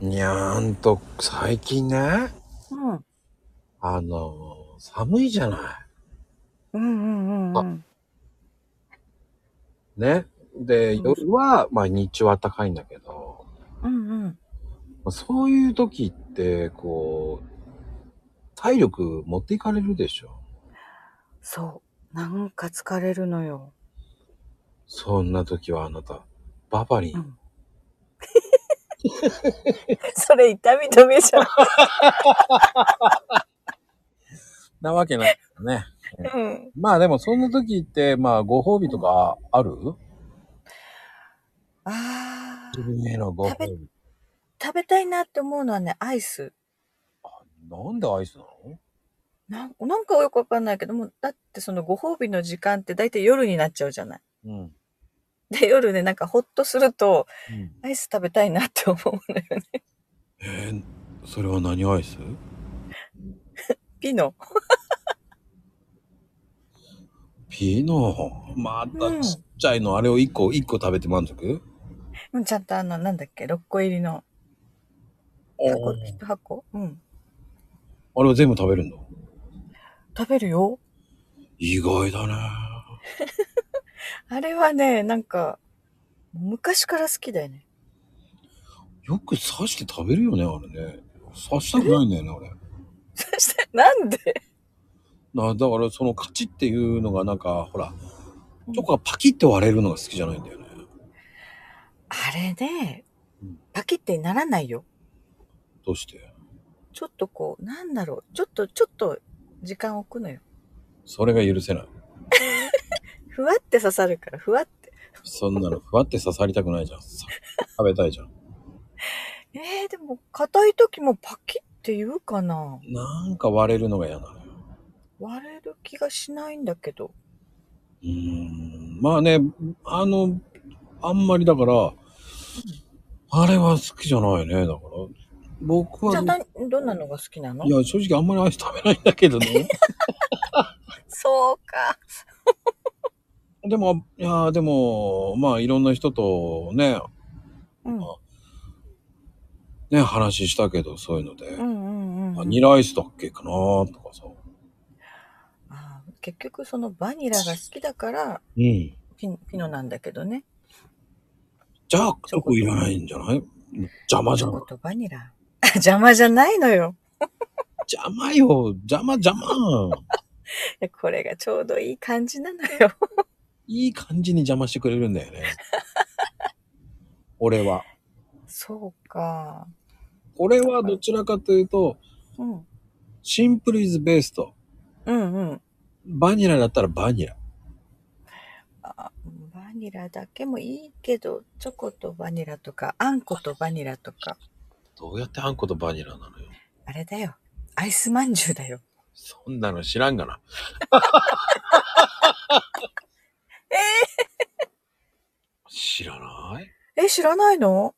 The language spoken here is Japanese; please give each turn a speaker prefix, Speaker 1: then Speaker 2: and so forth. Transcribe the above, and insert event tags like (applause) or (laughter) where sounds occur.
Speaker 1: にゃーんと、最近ね、
Speaker 2: うん。
Speaker 1: あのー寒いじゃな
Speaker 2: うんうんうんうん。
Speaker 1: い。ね。で、
Speaker 2: うん
Speaker 1: 夜は、まあ日中は暖かいんだけど、
Speaker 2: うんうん。
Speaker 1: まあそういう時って、こう、体力持っていかれるでしょ。
Speaker 2: そう。なんか疲れるのよ。
Speaker 1: そんな時はあなた、バファリン。
Speaker 2: うん (laughs) それ痛み止めじゃん。
Speaker 1: なわけないよね。
Speaker 2: うん。
Speaker 1: まあでもそんな時って、まあご褒美とかある
Speaker 2: あ
Speaker 1: 自分へのご褒美。
Speaker 2: ー食べたいなって思うのはね、アイス。
Speaker 1: なんでアイスなの
Speaker 2: なんなんかよくわかんないけどもう、だってそのご褒美の時間って大体夜になっちゃうじゃない。
Speaker 1: うん。
Speaker 2: で、夜ね、なんかほっとすると、
Speaker 1: うん
Speaker 2: アイス食べたいなって思うのよ (laughs) ね。
Speaker 1: えー、それは何アイス
Speaker 2: ピノ。
Speaker 1: ピノ。ま
Speaker 2: う
Speaker 1: た
Speaker 2: ん
Speaker 1: ちっちゃいの、あれを1個、1個食べて満足
Speaker 2: うんちゃんとあの、なんだっけ、6個入りの箱、1箱。うん。
Speaker 1: あれを全部食べるんだ。
Speaker 2: 食べるよ。
Speaker 1: 意外だね。
Speaker 2: あれはね、なんか、昔から好きだよね。 (laughs)
Speaker 1: よく刺して食べるよね、あれね。刺したくないんだよね、あれ。
Speaker 2: そして、なんで
Speaker 1: なだからそのカチっていうのがなんか、ほら、チョコがパキって割れるのが好きじゃないんだよね。
Speaker 2: あれね
Speaker 1: うん、
Speaker 2: パキってならないよ。
Speaker 1: どうして
Speaker 2: ちょっとこう、なんだろう。ちょっと、ちょっと、時間置くのよ。
Speaker 1: それが許せない。
Speaker 2: ふわって刺さるから、ふわって。
Speaker 1: そんなの、ふわって刺さりたくないじゃん。さ食べたいじゃん。
Speaker 2: えー、でも、硬い時もパキって言うかな
Speaker 1: なんか割れるのが嫌なのよ。
Speaker 2: 割れる気がしないんだけど。
Speaker 1: うーん。まあね、あの、あんまりだから、あれは好きじゃないね。だから、僕は、
Speaker 2: じゃあ、
Speaker 1: い
Speaker 2: などんなのが好きなの
Speaker 1: や、正直あんまりアイス食べないんだけどね。 (laughs)
Speaker 2: そうか。
Speaker 1: でも、いや、でも、まあ、いろんな人とね、
Speaker 2: うん。
Speaker 1: あね、話したけど、そういうので、
Speaker 2: うんうん
Speaker 1: あ
Speaker 2: うん。
Speaker 1: ニラアイスだっけかなとかさ。
Speaker 2: あー結局、そのバニラが好きだから、
Speaker 1: うん。
Speaker 2: ピピノなんだけどね。
Speaker 1: じゃあ、チョコいらないんじゃない邪魔じゃん
Speaker 2: チョ。コとバニラ。 (laughs) 邪魔じゃないのよ。
Speaker 1: 邪魔よ。邪魔邪魔。
Speaker 2: いやこれがちょうどいい感じなのよ。
Speaker 1: いい感じに邪魔してくれるんだ
Speaker 2: (laughs)
Speaker 1: よね。俺は。
Speaker 2: そうか。
Speaker 1: 俺はどちらかというと、
Speaker 2: うん。
Speaker 1: シンプルイズベースト。
Speaker 2: うんうん。
Speaker 1: バニラだったらバニラ。
Speaker 2: あバニラだけもいいけど、チョコとバニラとか、あんことバニラとか、
Speaker 1: どうやってあんことバニラなのよ。
Speaker 2: あれだよ。アイスまんじゅうだよ。
Speaker 1: そんなの知らんがな。知らない
Speaker 2: え、知らないの